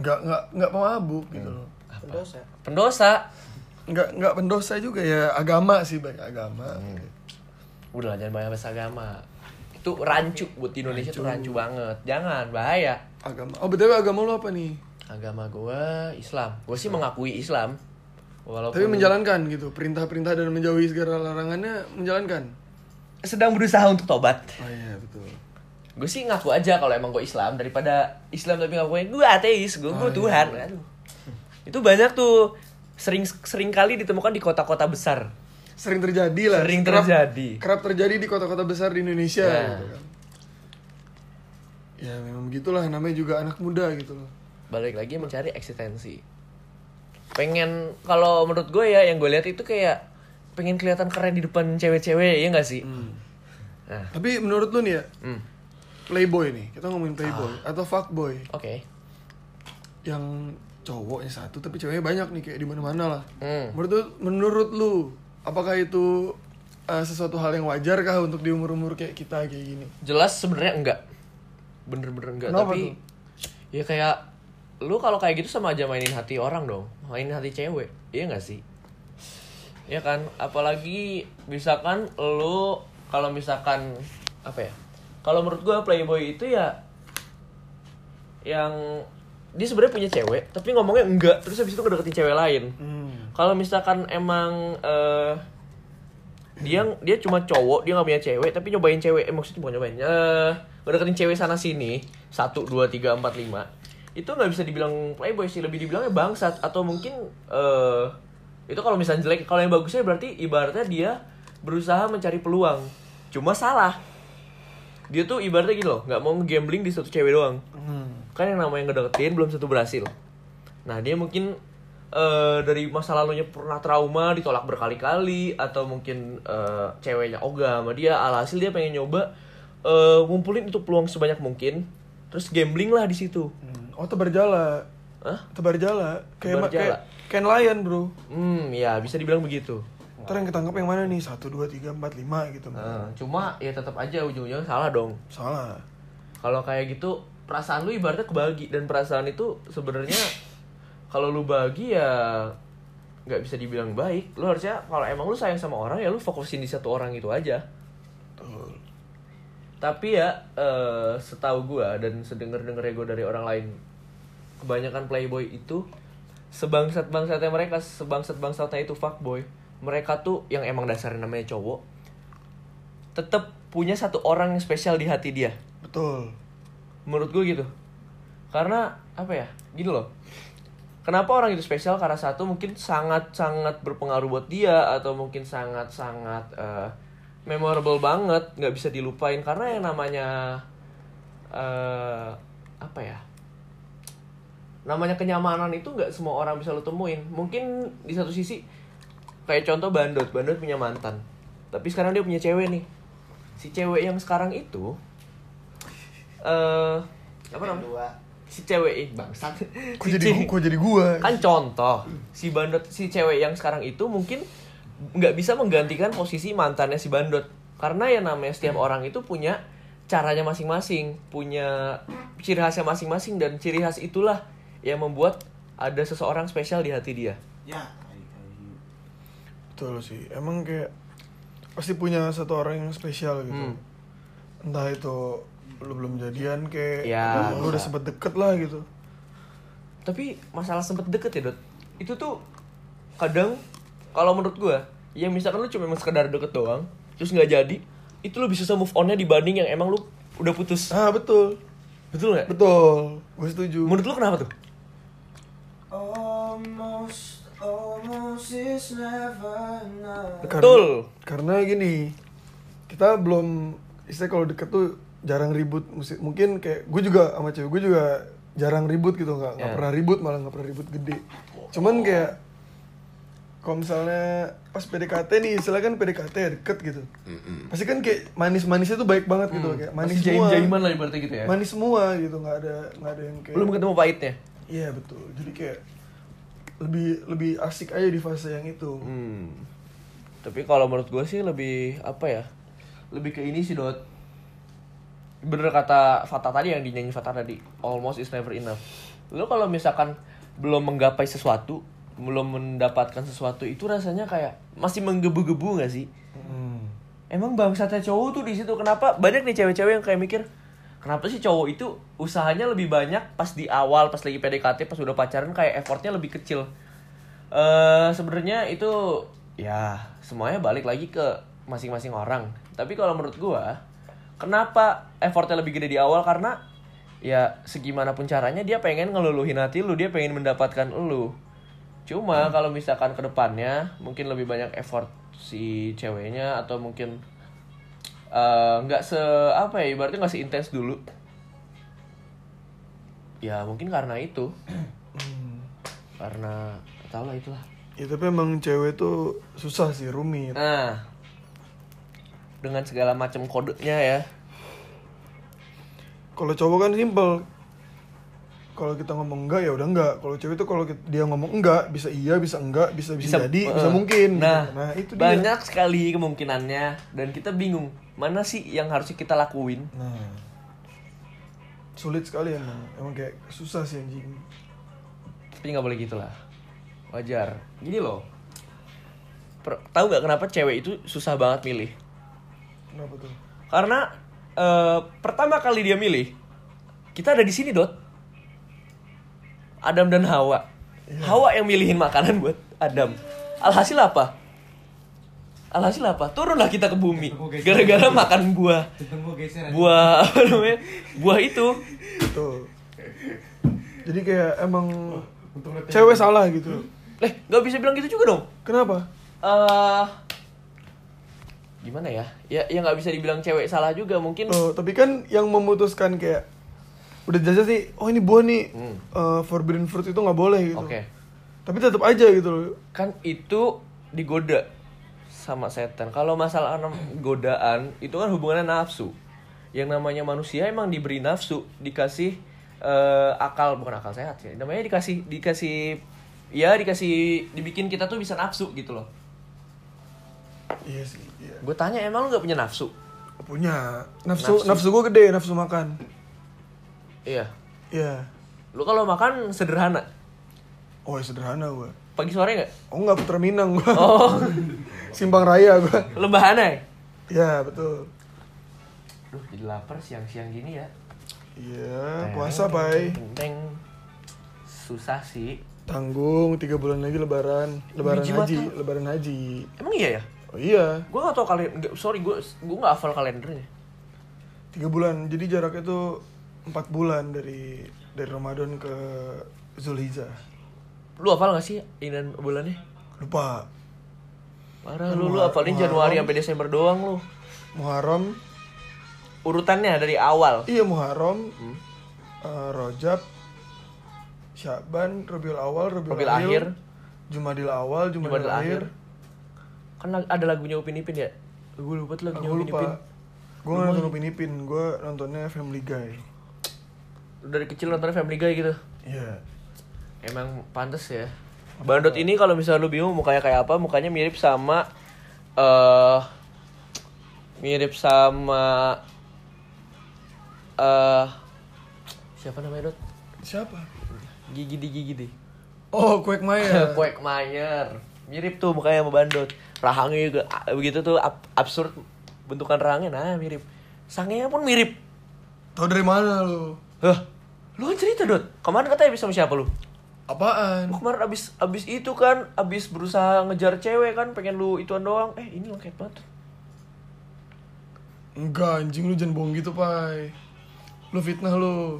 B: nggak nggak nggak pemabuk gitu loh
C: Pendosa.
A: pendosa.
B: nggak nggak pendosa juga ya agama sih baik agama
A: Udah lah, jangan banyak bahas agama. Itu rancu buat di Indonesia tuh rancu banget. Jangan bahaya.
B: agama oh btw agama lu apa nih
A: agama gua Islam gua sih mengakui Islam walaupun
B: Tapi menjalankan gitu, perintah-perintah dan menjauhi segala larangannya menjalankan.
A: sedang berusaha untuk tobat
B: Oh iya betul.
A: gue sih ngaku aja kalau emang gue Islam daripada Islam tapi ngakuin gue ateis gue gue
B: Oh, iya.
A: Tuhan Aduh. itu banyak tuh sering sering kali ditemukan di kota-kota besar
B: Sering terjadi lah.
A: Sering
B: kerap-
A: terjadi.
B: Kerap terjadi di kota-kota besar di Indonesia.
A: Ya.
B: gitu kan. Ya memang begitulah namanya juga anak muda gitu loh.
A: balik lagi mencari eksistensi pengen kalau menurut gue ya yang gue lihat itu kayak pengen kelihatan keren di depan cewek-cewek ya nggak sih nah
B: Tapi menurut lu nih ya,
A: hmm,
B: playboy nih, kita ngomongin playboy
A: Ah.
B: atau fuckboy
A: oke
B: yang cowoknya satu tapi ceweknya banyak nih kayak di mana-mana lah.
A: Hmm.
B: Menurut lu- menurut lu apakah itu eh, sesuatu hal yang wajar kah untuk di umur-umur kayak kita kayak gini?
A: jelas sebenarnya enggak bener-bener enggak
B: Kenapa
A: tapi
B: tuh?
A: ya kayak lu kalau kayak gitu sama aja mainin hati orang dong mainin hati cewek iya nggak sih ya kan apalagi misalkan lu kalau misalkan apa ya kalau menurut gua playboy itu ya yang dia sebenarnya punya cewek tapi ngomongnya enggak terus habis itu ngedeketin cewek lain
B: Hmm.
A: kalau misalkan emang eh, dia dia cuma cowok dia nggak punya cewek tapi nyobain cewek eh, maksudnya bukan nyobain eh ngedeketin cewek sana sini satu dua tiga empat lima itu nggak bisa dibilang playboy sih lebih dibilangnya bangsat atau mungkin eh itu kalau misalnya jelek kalau yang bagusnya berarti ibaratnya dia berusaha mencari peluang cuma salah dia tuh ibaratnya gitu loh nggak mau gambling di satu cewek doang
B: Hmm.
A: kan yang namanya ngedeketin belum tentu berhasil nah dia mungkin eh, dari masa lalunya pernah trauma ditolak berkali-kali atau mungkin eh, ceweknya ogah sama dia alhasil dia pengen nyoba eh, ngumpulin itu peluang sebanyak mungkin terus gambling lah di situ
B: Hmm. Oh tebar jala,
A: Hah?
B: tebar jala, kayak
A: Tebar
B: ma- kayak
A: jala.
B: kayak nelayan bro.
A: hmm ya bisa dibilang begitu
B: Ntar yang ketangkep yang mana nih? Satu, dua, tiga, empat, lima gitu.
A: Nah, cuma ya tetap aja ujung-ujungnya salah dong
B: Salah.
A: kalau kayak gitu perasaan lu ibaratnya kebagi dan perasaan itu sebenarnya kalau lu bagi ya nggak bisa dibilang baik lu harusnya kalau emang lu sayang sama orang ya lu fokusin di satu orang itu aja
B: Betul.
A: tapi ya eh, setahu gua dan sedenger denger gue dari orang lain kebanyakan playboy itu sebangsat bangsatnya mereka sebangsat bangsatnya itu fuckboy mereka tuh yang emang dasarnya namanya cowok tetap punya satu orang yang spesial di hati dia
B: Betul.
A: menurut gue gitu karena apa ya gitu loh kenapa orang itu spesial karena satu mungkin sangat sangat berpengaruh buat dia atau mungkin sangat sangat eh, memorable banget nggak bisa dilupain karena yang namanya eh apa ya namanya kenyamanan itu nggak semua orang bisa lo temuin mungkin di satu sisi kayak contoh bandot bandot punya mantan tapi sekarang dia punya cewek nih si cewek yang sekarang itu eh apa namanya
C: Dua.
A: si cewek ih bangsat
B: Kok
A: Si
B: jadi
A: cewek-
B: kok jadi gua?
A: kan contoh si bandot si cewek yang sekarang itu mungkin nggak bisa menggantikan posisi mantannya si bandot karena ya namanya
B: Hmm.
A: setiap orang itu punya caranya masing-masing punya ciri khasnya masing-masing dan ciri khas itulah yang membuat ada seseorang spesial di hati dia
C: Ya.
B: Betul sih. Emang kayak pasti punya satu orang yang spesial gitu. Entah itu lu belum jadian kayak
A: Hmm. Ya,
B: lu udah
A: bisa.
B: sempet deket lah gitu.
A: tapi masalah sempet deket ya dot itu tuh kadang kalau menurut gua ya misalkan lu cuma emang sekedar deket doang terus nggak jadi itu lu bisa susah move onnya dibanding yang emang lu udah putus
B: Ah, betul.
A: betul nggak
B: Betul. Gue setuju.
A: menurut lu kenapa tuh
C: Almost, almost is never enough.
B: Karena-
A: Betul.
B: Karena gini, kita belum istilah kalau deket tuh jarang ribut. Musi- Mungkin kayak gue juga sama cewek gue juga jarang ribut gitu, nggak nggak
A: Ya.
B: pernah ribut malah nggak pernah ribut gede. Cuman kayak kalau misalnya pas PDKT nih, istilah kan PDKT ya deket gitu. Pasti kan kayak manis-manisnya tuh baik banget
A: Mm.
B: gitu, kayak manis
A: Masih
B: semua.
A: jaim-jaiman lah ibaratnya gitu ya.
B: Manis semua gitu, nggak ada nggak ada yang kayak.
A: Belum ketemu pahitnya.
B: Iya betul. Jadi kayak lebih lebih asik aja di fase yang itu.
A: Hmm. Tapi kalau menurut gue sih lebih apa ya? Lebih ke ini sih dot. Bener kata Fata tadi yang dinyanyi Fata tadi. Almost is never enough. Lo kalau misalkan belum menggapai sesuatu, belum mendapatkan sesuatu itu rasanya kayak masih menggebu-gebu gak sih?
B: Hmm.
A: Emang bangsatnya cowok tuh di situ kenapa banyak nih cewek-cewek yang kayak mikir kenapa sih cowok itu usahanya lebih banyak pas di awal pas lagi PDKT pas udah pacaran kayak effortnya lebih kecil eh sebenarnya itu ya semuanya balik lagi ke masing-masing orang tapi kalau menurut gua kenapa effortnya lebih gede di awal karena ya segimanapun caranya dia pengen ngeluluhin hati lu dia pengen mendapatkan lu
B: Hmm.
A: Cuma kalau misalkan ke depannya mungkin lebih banyak effort si ceweknya atau mungkin eh, nggak se apa ya ibaratnya nggak seintens dulu. Ya mungkin karena itu.
B: Hmm.
A: karena tau lah itulah.
B: ya tapi emang cewek tuh susah sih rumit
A: Nah. Dengan segala macam kodenya ya.
B: kalau cowok kan simpel kalau kita ngomong enggak ya udah enggak kalau cewek tuh kalau ki- dia ngomong enggak bisa iya bisa enggak bisa bisa,
A: eh,
B: jadi bisa mungkin gitu.
A: Nah,
B: nah itu dia
A: banyak sekali kemungkinannya dan kita bingung mana sih yang harus kita lakuin.
B: nah sulit sekali emang emang kayak susah sih anjing
A: tapi nggak boleh gitu lah wajar gini loh Per- tahu nggak kenapa cewek itu susah banget milih
B: kenapa tuh
A: karena eh, pertama kali dia milih kita ada di sini dot Adam dan Hawa Hawa yang milihin makanan buat Adam alhasil apa alhasil apa turunlah kita ke bumi
D: Tepuk geser.
A: gara-gara makan buah
D: Ketemu geseran.
A: buah apa namanya buah itu
B: tuh jadi kayak emang
D: Untuk lo-
B: cewek salah gitu
A: eh nggak bisa bilang gitu juga dong
B: kenapa
A: eh gimana ya ya ya nggak bisa dibilang cewek salah juga mungkin
B: Loh, tapi kan yang memutuskan kayak udah jajah sih, oh ini buah nih
A: Hmm.
B: eh, forbidden fruit itu nggak boleh gitu.
A: Oke.
B: Tapi tetap aja gitu loh.
A: kan itu digoda sama setan kalau masalah nam- godaan itu kan hubungannya nafsu yang namanya manusia emang diberi nafsu dikasih eh, akal bukan akal sehat ya namanya dikasih dikasih ya dikasih dibikin kita tuh bisa nafsu gitu loh
B: Iya sih. Iya.
A: gue tanya emang lu nggak punya nafsu
B: Punya nafsu,
A: Nafsu.
B: nafsu, gua gede, nafsu makan.
A: iya
B: Iya.
A: lu kalau makan sederhana
B: Oh ya sederhana gua
A: pagi sore nggak
B: Oh nggak Putra Minang gua
A: oh
B: Simpang Raya gua
A: lebahana ya?
B: Iya betul.
A: Duh, jadi lapar siang-siang gini ya. Eh.
B: Iya puasa pai.
A: Teng, teng, teng. Susah sih.
B: Tanggung tiga bulan lagi Lebaran, Lebaran
A: Biji
B: Haji,
A: mata.
B: Lebaran Haji.
A: Emang iya ya?
B: Oh iya.
A: Gue gak tau kalian, nggak, sorry gue gue gak hafal kalendernya.
B: tiga bulan jadi jaraknya tuh empat bulan dari dari Ramadan ke Zulhijjah
A: Lu hafal gak sih inan bulannya?
B: lupa
A: Parah lu, lu
B: Muharram-
A: hafalin Januari
B: Muharram.
A: sampai Desember doang lu.
B: Muharram
A: Urutannya dari awal.
B: iya Muharram eh, Rojab Syaban Rabiul Awal Rabiul,
A: Rabiul Akhir.
B: Jumadil Awal Jumadil,
A: Jumadil
B: Akhir,
A: Kan lag- ada lagunya Upin Ipin ya? Gue lupa tuh lagunya
B: aku
A: Upin Ipin.
B: lupa gue nggak nonton Upin Ipin gue nontonnya Family Guy
A: Lu Dari kecil nontonnya Family Guy gitu.
B: iya
A: Emang pantas ya. Bandot ini kalau misalnya lu bingung mukanya kayak apa, mukanya mirip sama eh mirip sama eh siapa namanya Dot?
B: siapa
A: Gigi di gigi di.
B: oh Quagmire
A: Eh, Quagmire. Mirip tuh mukanya sama Bandot. Rahangnya juga ah, begitu tuh ab- absurd bentukan rahangnya nah mirip. Sangnya pun mirip.
B: tau dari mana lu
A: Hah. Lu kan cerita, Dot. Kemarin katanya habis sama siapa lu?
B: apaan
A: Lu kemarin abis abis itu kan abis berusaha ngejar cewek kan pengen lu ituan doang eh ini lengket banget
B: enggak anjing lu jangan bohong gitu pai lu fitnah lu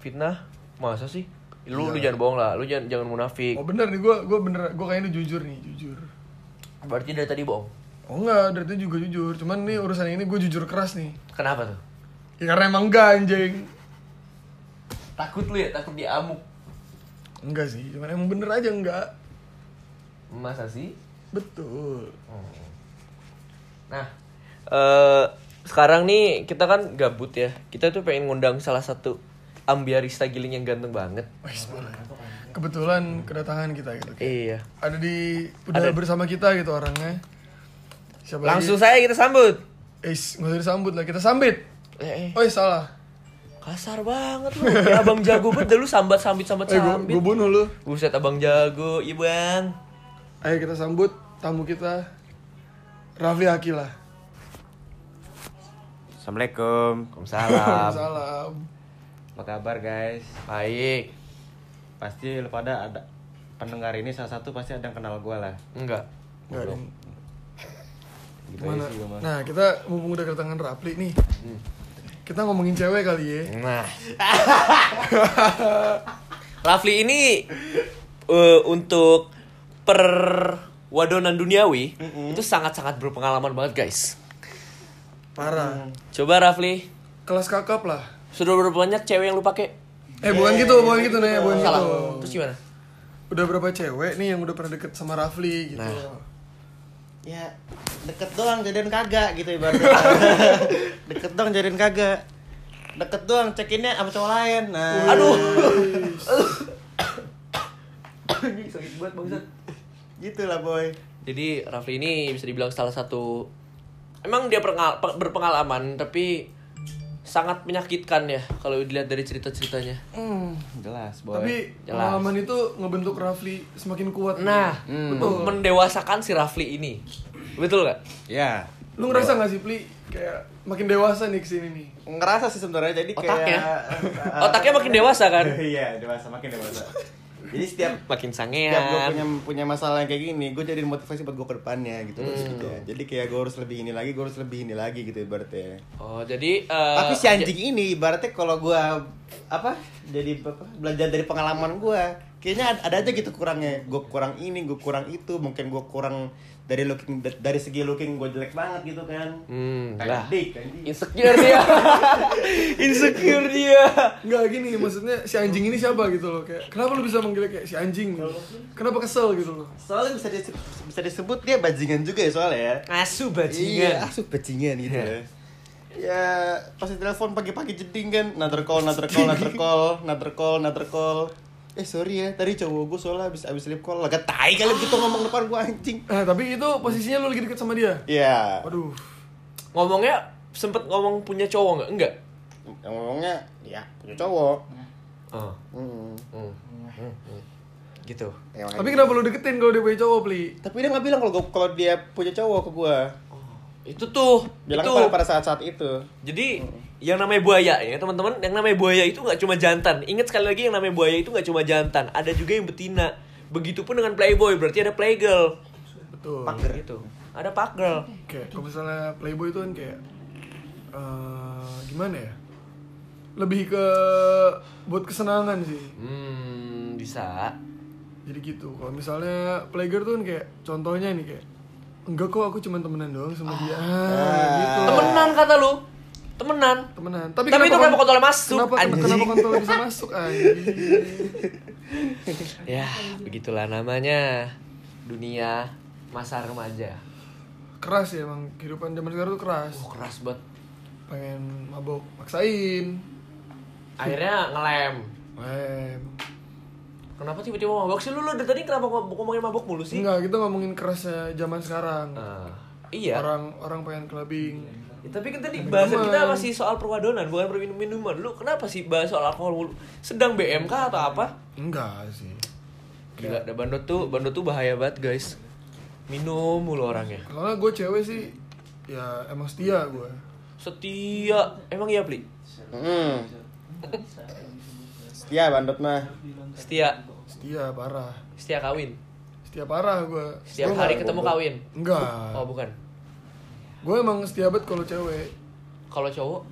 A: fitnah masa sih lu lu
B: Iya.
A: jangan bohong lah lu jangan jangan munafik
B: Oh bener nih, gue gua bener, gue kayaknya ini jujur nih, jujur
A: berarti dari tadi bohong
B: Oh enggak, dari itu juga jujur, cuman nih urusan ini gue jujur keras nih
A: kenapa tuh
B: Ya karena emang enggak anjing
A: takut lu ya takut diamuk
B: Enggak sih, cuman emang bener aja enggak
A: masa sih
B: Betul
A: nah eh sekarang nih kita kan gabut ya kita tuh pengen ngundang salah satu ambiarista giling yang ganteng banget
B: Wais, boleh Kebetulan kedatangan kita gitu
A: iya
B: Ada di, udah
A: Ada.
B: bersama kita gitu orangnya Siapa
A: langsung saya kita sambut
B: lagi? Eh, nggak usah disambut lah, kita sambit
A: eh, eh,
B: Oh salah
A: kasar banget lu Kayak abang jago banget dah lu sambat sambit sambat
B: Eh, gue
A: sambit
B: gue bunuh lu
A: Buset abang jago, iya bang
B: Ayo kita sambut tamu kita Rafli Akilah
D: Assalamualaikum.
A: Waalaikumsalam.
B: Salam.
D: Apa kabar guys?
A: Baik.
D: Pasti lu pada ada pendengar ini salah satu pasti ada yang kenal gue lah.
A: Enggak.
B: Nggak ada yang-
D: Gitu
B: Mana?
D: aja sih gue mah.
B: Nah, kita mumpung udah kedatangan Rapli nih. Kita ngomongin cewek kali ya.
A: Nah. Rafli ini eh, untuk perwadonan duniawi itu sangat-sangat berpengalaman banget guys.
C: Hmm.
B: Parah.
A: Coba Rafli,
B: Kelas kakap lah.
A: sudah berapa banyak cewek yang lu pakai?
B: Eh, bukan gitu, bukan gitu nih, bukan
A: Salah.
B: gitu.
A: Terus gimana?
B: Udah berapa cewek nih yang udah pernah deket sama Rafli gitu.
A: Nah.
E: ya deket doang jadian kagak gitu ibaratnya deket doang jadian kagak deket doang cekinnya sama cowok lain nah
A: Aduh. Anjing, sakit banget, bangsat.
E: gitulah boy
A: Jadi Rafli ini bisa dibilang salah satu emang dia perkenal- per- berpengalaman tapi sangat menyakitkan ya kalau dilihat dari cerita-ceritanya.
D: Jelas boy.
B: Tapi
A: jelas.
B: pengalaman itu ngebentuk Rafli semakin kuat.
A: Nah,
E: Iya. Hmm.
B: Betul.
A: mendewasakan si Rafli ini. Betul gak?
D: Ya.
B: Lu ngerasa gak sih, Pli? Kayak makin dewasa nih kesini nih.
E: ngerasa sih sebenarnya jadi
A: Otaknya.
E: kayak Eh,
A: Otaknya makin dewasa kan?
E: iya dewasa makin dewasa jadi setiap
A: Makin
E: setiap
A: sangean.
E: gue Iya, punya punya masalah yang kayak gini gue jadi motivasi buat gue ke depannya gitu
A: Hmm.
E: maksudnya. jadi kayak gue harus lebih ini lagi gue harus lebih ini lagi gitu ibaratnya
A: Oh, jadi eh,
E: tapi si anjing ini ibaratnya kalau gua apa jadi apa, belajar dari pengalaman gua kayaknya ada, ada aja gitu kurangnya gua kurang ini gua kurang itu mungkin gua kurang dari looking da- dari segi looking gua jelek banget gitu kan
A: Hmm, lah.
E: kayak dik anjing
A: Insecure dia. Insecure dia.
B: Enggak gini, maksudnya si anjing ini siapa gitu loh kayak. Kenapa lu bisa manggilnya kayak si anjing? gitu? Kenapa kesel gitu loh?
E: soalnya bisa disebut, bisa disebut dia bajingan juga ya soalnya ya
A: Asu
E: iya
A: bajingan.
E: asup bajingan gitu ya ya pasti telepon pagi-pagi jeding kan another call another call another call another call another call eh sorry ya tadi cowok gua soalnya abis abis lip call agak tai kali gitu ngomong depan gua anjing
B: Nah, tapi itu posisinya lu lagi deket sama dia.
E: Iya.
B: Waduh.
A: Ngomongnya sempet ngomong punya cowok nggak? Enggak.
E: Yang ngomongnya ya punya cowok.
A: Oh.
E: Mm.
A: Hmm. Hmm. Hmm. Gitu.
E: Yang
B: Tapi
E: lain.
B: kenapa lu deketin kalau dia punya cowok, Pli?
E: Ya, tapi dia nggak bilang kalau gua- kalau dia punya cowok ke gua.
A: Itu tuh.
E: Bilang
A: itu.
E: pada, pada saat-saat itu.
A: Jadi yang namanya buaya ya teman-teman, yang namanya buaya itu nggak cuma jantan. Ingat sekali lagi yang namanya buaya itu nggak cuma jantan, ada juga yang betina. Begitupun dengan playboy, berarti ada playgirl.
B: Betul.
A: Gitu. Ada pak girl.
B: Kayak kalau misalnya Playboy itu kan kayak eh gimana ya? Lebih ke buat kesenangan sih.
A: Hmm, bisa.
B: Jadi gitu. Kalau misalnya Playgirl tuh kan kayak contohnya nih kayak enggak kok aku cuma temenan doang sama dia. Ah, gitu.
A: Temenan kata lu. Temenan.
B: Temenan.
A: Tapi itu kenapa
B: kon-
A: kontolnya masuk,
B: Kenapa,
A: anjing?
B: kenapa kontolnya bisa masuk anjing?
A: Ya, begitulah namanya dunia masa remaja.
B: Keras ya emang kehidupan zaman sekarang tuh keras.
A: Oh, keras banget.
B: Pengen mabok maksain.
A: Akhirnya ngelem.
B: Weh,
A: Kenapa tiba-tiba mabok sih lu? Lu dari tadi kenapa ngom- ngomongin mabok mulu sih?
B: enggak kita ngomongin kerasnya zaman sekarang.
A: Ah, iya.
B: Orang orang pengen clubbing.
A: Ya, tapi kan tadi bahasan
B: Minuman.
A: kita masih soal perwadonan, bukan perminum-minuman. Lu kenapa sih bahas soal alkohol mulu? Sedang BMK atau apa?
B: Enggak sih.
A: Gila,
B: Iya.
A: ada bandot tuh, bandot tuh bahaya banget, guys. Minum mulu orangnya.
B: Karena gue cewek sih ya emang setia gue.
A: Setia. Emang iya, Pli?
E: Mm. Iya, bandot mah.
A: Setia.
B: Setia parah.
A: Setia kawin.
B: Setia parah gue.
A: Setiap hari ketemu kawin.
B: Enggak.
A: Oh, bukan.
B: Gue emang setia banget kalau cewek.
A: Kalau cowok,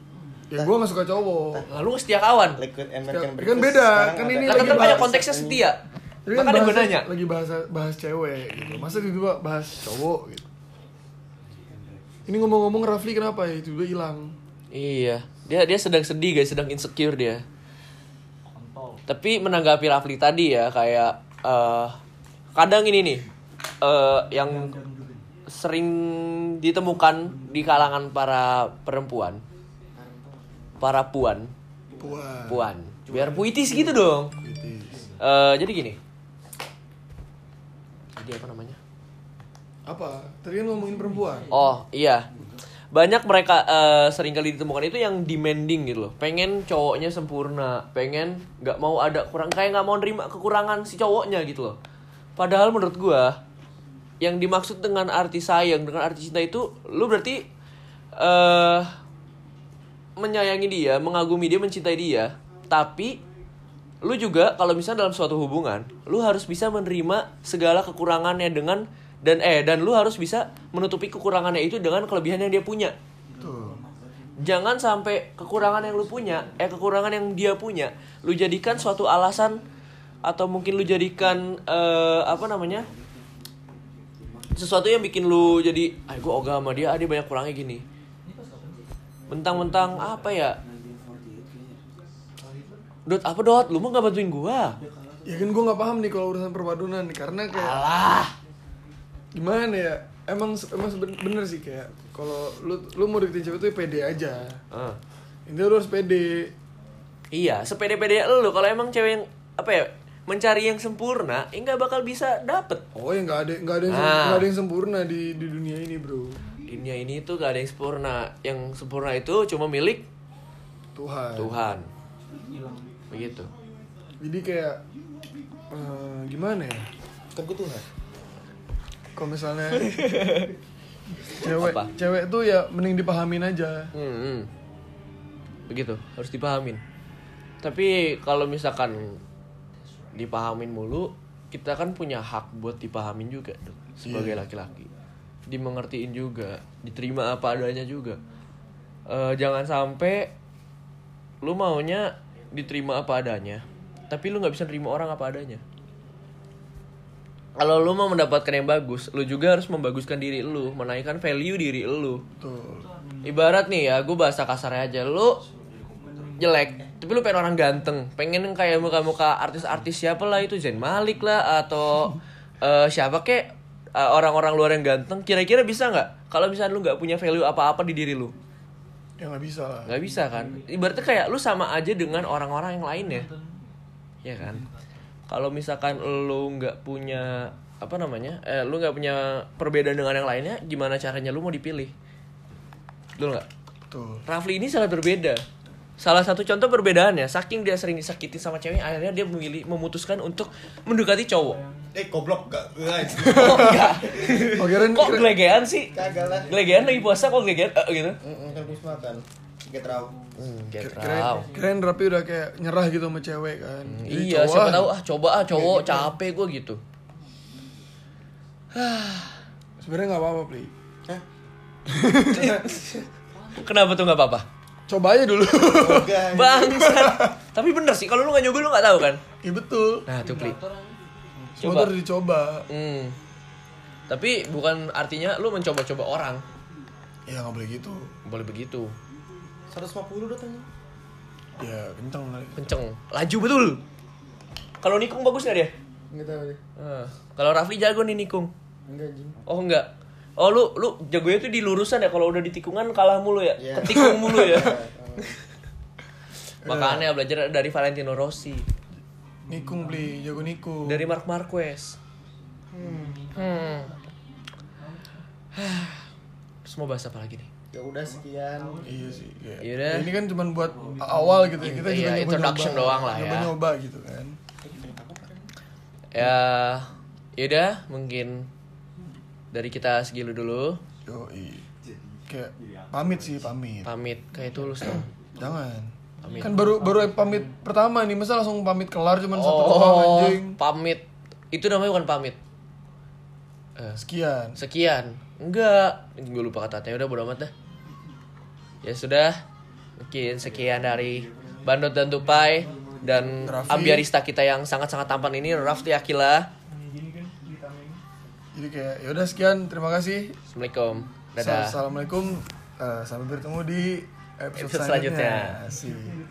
B: Ya gue gak suka cowok.
A: lalu setia kawan.
E: Liquid and
B: Kan-
E: American
B: kan
E: Breakfast.
B: beda,
E: Sekarang
B: kan
E: ada-
B: ini
A: Lah
B: lagi
A: kan ada
B: bahas-
A: konteksnya setia.
B: Jadi kan
A: Makanya gue
B: bahasa-
A: nanya.
B: Lagi bahas bahas cewek gitu. Masa tiba-tiba bahas cowok gitu. Ini ngomong-ngomong Rafli kenapa ya tiba-tiba hilang?
A: Iya, dia dia sedang sedih guys, sedang insecure dia. Tapi menanggapi Rafli tadi ya kayak eh, kadang ini nih eh, yang sering ditemukan di kalangan para perempuan, para puan,
B: Puan.
A: puan. Biar puitis gitu dong.
B: Puitis.
A: Eh, jadi gini. Jadi apa namanya?
B: Apa? Tadi kan ngomongin perempuan.
A: Oh iya banyak mereka eh, seringkali ditemukan itu yang demanding gitu loh pengen cowoknya sempurna pengen nggak mau ada kurang kayak nggak mau nerima kekurangan si cowoknya gitu loh padahal menurut gua yang dimaksud dengan arti sayang dengan arti cinta itu lu berarti eh menyayangi dia, mengagumi dia, mencintai dia, tapi lu juga kalau misalnya dalam suatu hubungan, lu harus bisa menerima segala kekurangannya dengan dan eh dan lu harus bisa menutupi kekurangannya itu dengan kelebihan yang dia punya.
B: Tuh.
A: Jangan sampai kekurangan yang lu punya, eh kekurangan yang dia punya, lu jadikan suatu alasan atau mungkin lu jadikan eh, apa namanya? sesuatu yang bikin lu jadi ah gue ogah sama dia ah dia banyak kurangnya gini mentang-mentang apa ya dot apa dot lu mah gak bantuin gua
B: Ya kan gue nggak paham nih kalau urusan perpaduan nih karena kayak
A: Ah.
B: gimana ya emang emang seben- bener sih kayak kalau lu lu mau deketin cewek tuh ya pede aja
A: Ah.
B: intinya lu harus pede
A: iya sepede-pede lu kalau emang cewek yang apa ya mencari yang sempurna ya nggak bakal bisa dapet
B: oh ya nggak ada nggak ada yang, sem-
A: Ah.
B: nggak ada yang sempurna di di dunia ini bro
A: dunia ini tuh gak ada yang sempurna yang sempurna itu cuma milik
B: Tuhan,
A: Tuhan begitu
B: jadi kayak eh, gimana ya
E: Kan gue Tuhan.
B: kalau misalnya cewek
A: Apa?
B: cewek tuh ya mending dipahamin aja
A: Hmm, hmm. begitu harus dipahamin. Tapi kalau misalkan dipahamin mulu, kita kan punya hak buat dipahamin juga dong sebagai laki-laki. Dimengertiin juga, diterima apa adanya juga. Eh, jangan sampai lu maunya diterima apa adanya, tapi lu nggak bisa nerima orang apa adanya. Kalau lu mau mendapatkan yang bagus, lu juga harus membaguskan diri lu, menaikkan value diri lu
B: tuh
A: ibarat nih ya gue bahasa kasarnya aja lu jelek tapi lu pengen orang ganteng pengen yang kayak muka-muka artis-artis siapa lah itu Zain Malik lah atau eh, siapa kek eh, orang-orang luar yang ganteng kira-kira bisa nggak kalau misalnya lu nggak punya value apa-apa di diri lu
B: ya nggak bisa lah
A: nggak bisa kan ibaratnya kayak lu sama aja dengan orang-orang yang lain ya ya kan kalau misalkan lu nggak punya apa namanya eh, lu nggak punya perbedaan dengan yang lainnya gimana caranya lu mau dipilih betul nggak
B: tuh
A: Rafli ini sangat berbeda. Salah satu contoh perbedaannya, saking dia sering disakitin sama cewek, akhirnya dia memilih memutuskan untuk mendekati cowok.
E: Eh goblok gak?
A: Oh, enggak.
B: oh kirain
A: Kok
B: kirain-
A: gelegean sih?
E: Kagak lah.
A: Gelegean lagi puasa kok gelegean eh, gitu.
E: Mm-mm, Kan gue makan. Get raw.
A: Eh,
B: kirain, kirain Rapi udah kayak nyerah gitu sama cewek kan Jadi
A: Iya,
B: cowok
A: siapa
B: aja.
A: tahu ah coba ah cowok capek gue gitu.
B: sebenarnya nggak apa-apa Pli
A: Kenapa tuh nggak apa-apa?
B: coba aja dulu
E: Enggak.
A: Bangsat. Tapi bener sih kalau lu nggak nyoba lu nggak tahu kan.
B: ya betul
A: Nah, tuh Pli.
B: semua
A: Coba.
B: tuh harus dicoba
A: Hmm. Tapi bukan artinya lu mencoba-coba orang.
B: ya nggak boleh gitu
A: Boleh begitu.
E: 150 datangnya.
B: ya kenceng lah
A: Kenceng. Laju betul. Kalau nikung bagus nggak dia?
B: nggak tahu deh
A: Ah, kalau Rafli jago nih nikung.
B: enggak gini
A: Oh enggak. Oh lu lu jagonya tuh di lurusan ya kalau udah di tikungan kalah mulu ya.
E: Iya.
A: Ketikung mulu ya. Makanya belajar dari Valentino Rossi,
B: nikung Pli jago nikung
A: dari Mark Marquez. Hmm. Terus mau bahas apa lagi nih?
E: Ya udah sekian.
B: iya sih kayak-
A: Yaudah.
B: ini kan cuma buat awal gitu ya kita
A: Iya,
B: juga nyoba-nyoba.
A: introduction doang lah ya.
B: nyoba-nyoba gitu kan
A: Ya, yaudah mungkin dari kita segitu dulu.
B: yo kayak pamit sih pamit
A: Pamit kayak tulus dong.
B: jangan
A: Pamit.
B: kan baru baru pamit pertama nih masa langsung pamit kelar cuman satu doang
A: Oh,
B: anjing
A: pamit. Itu namanya bukan pamit. Eh,
B: sekian
A: sekian enggak gue lupa kata-katanya udah bodo amat dah ya sudah mungkin sekian dari Bandot dan Tupai dan
B: Raffi.
A: ambiarista kita yang sangat-sangat tampan ini Rafti Akila
B: jadi kayak ya udah sekian terima kasih
A: Assalamualaikum
B: Sa-
A: dadah
B: assalamualaikum Eh, sampai bertemu di episode,
A: Episode
B: selanjutnya,
A: selanjutnya.
B: Asik.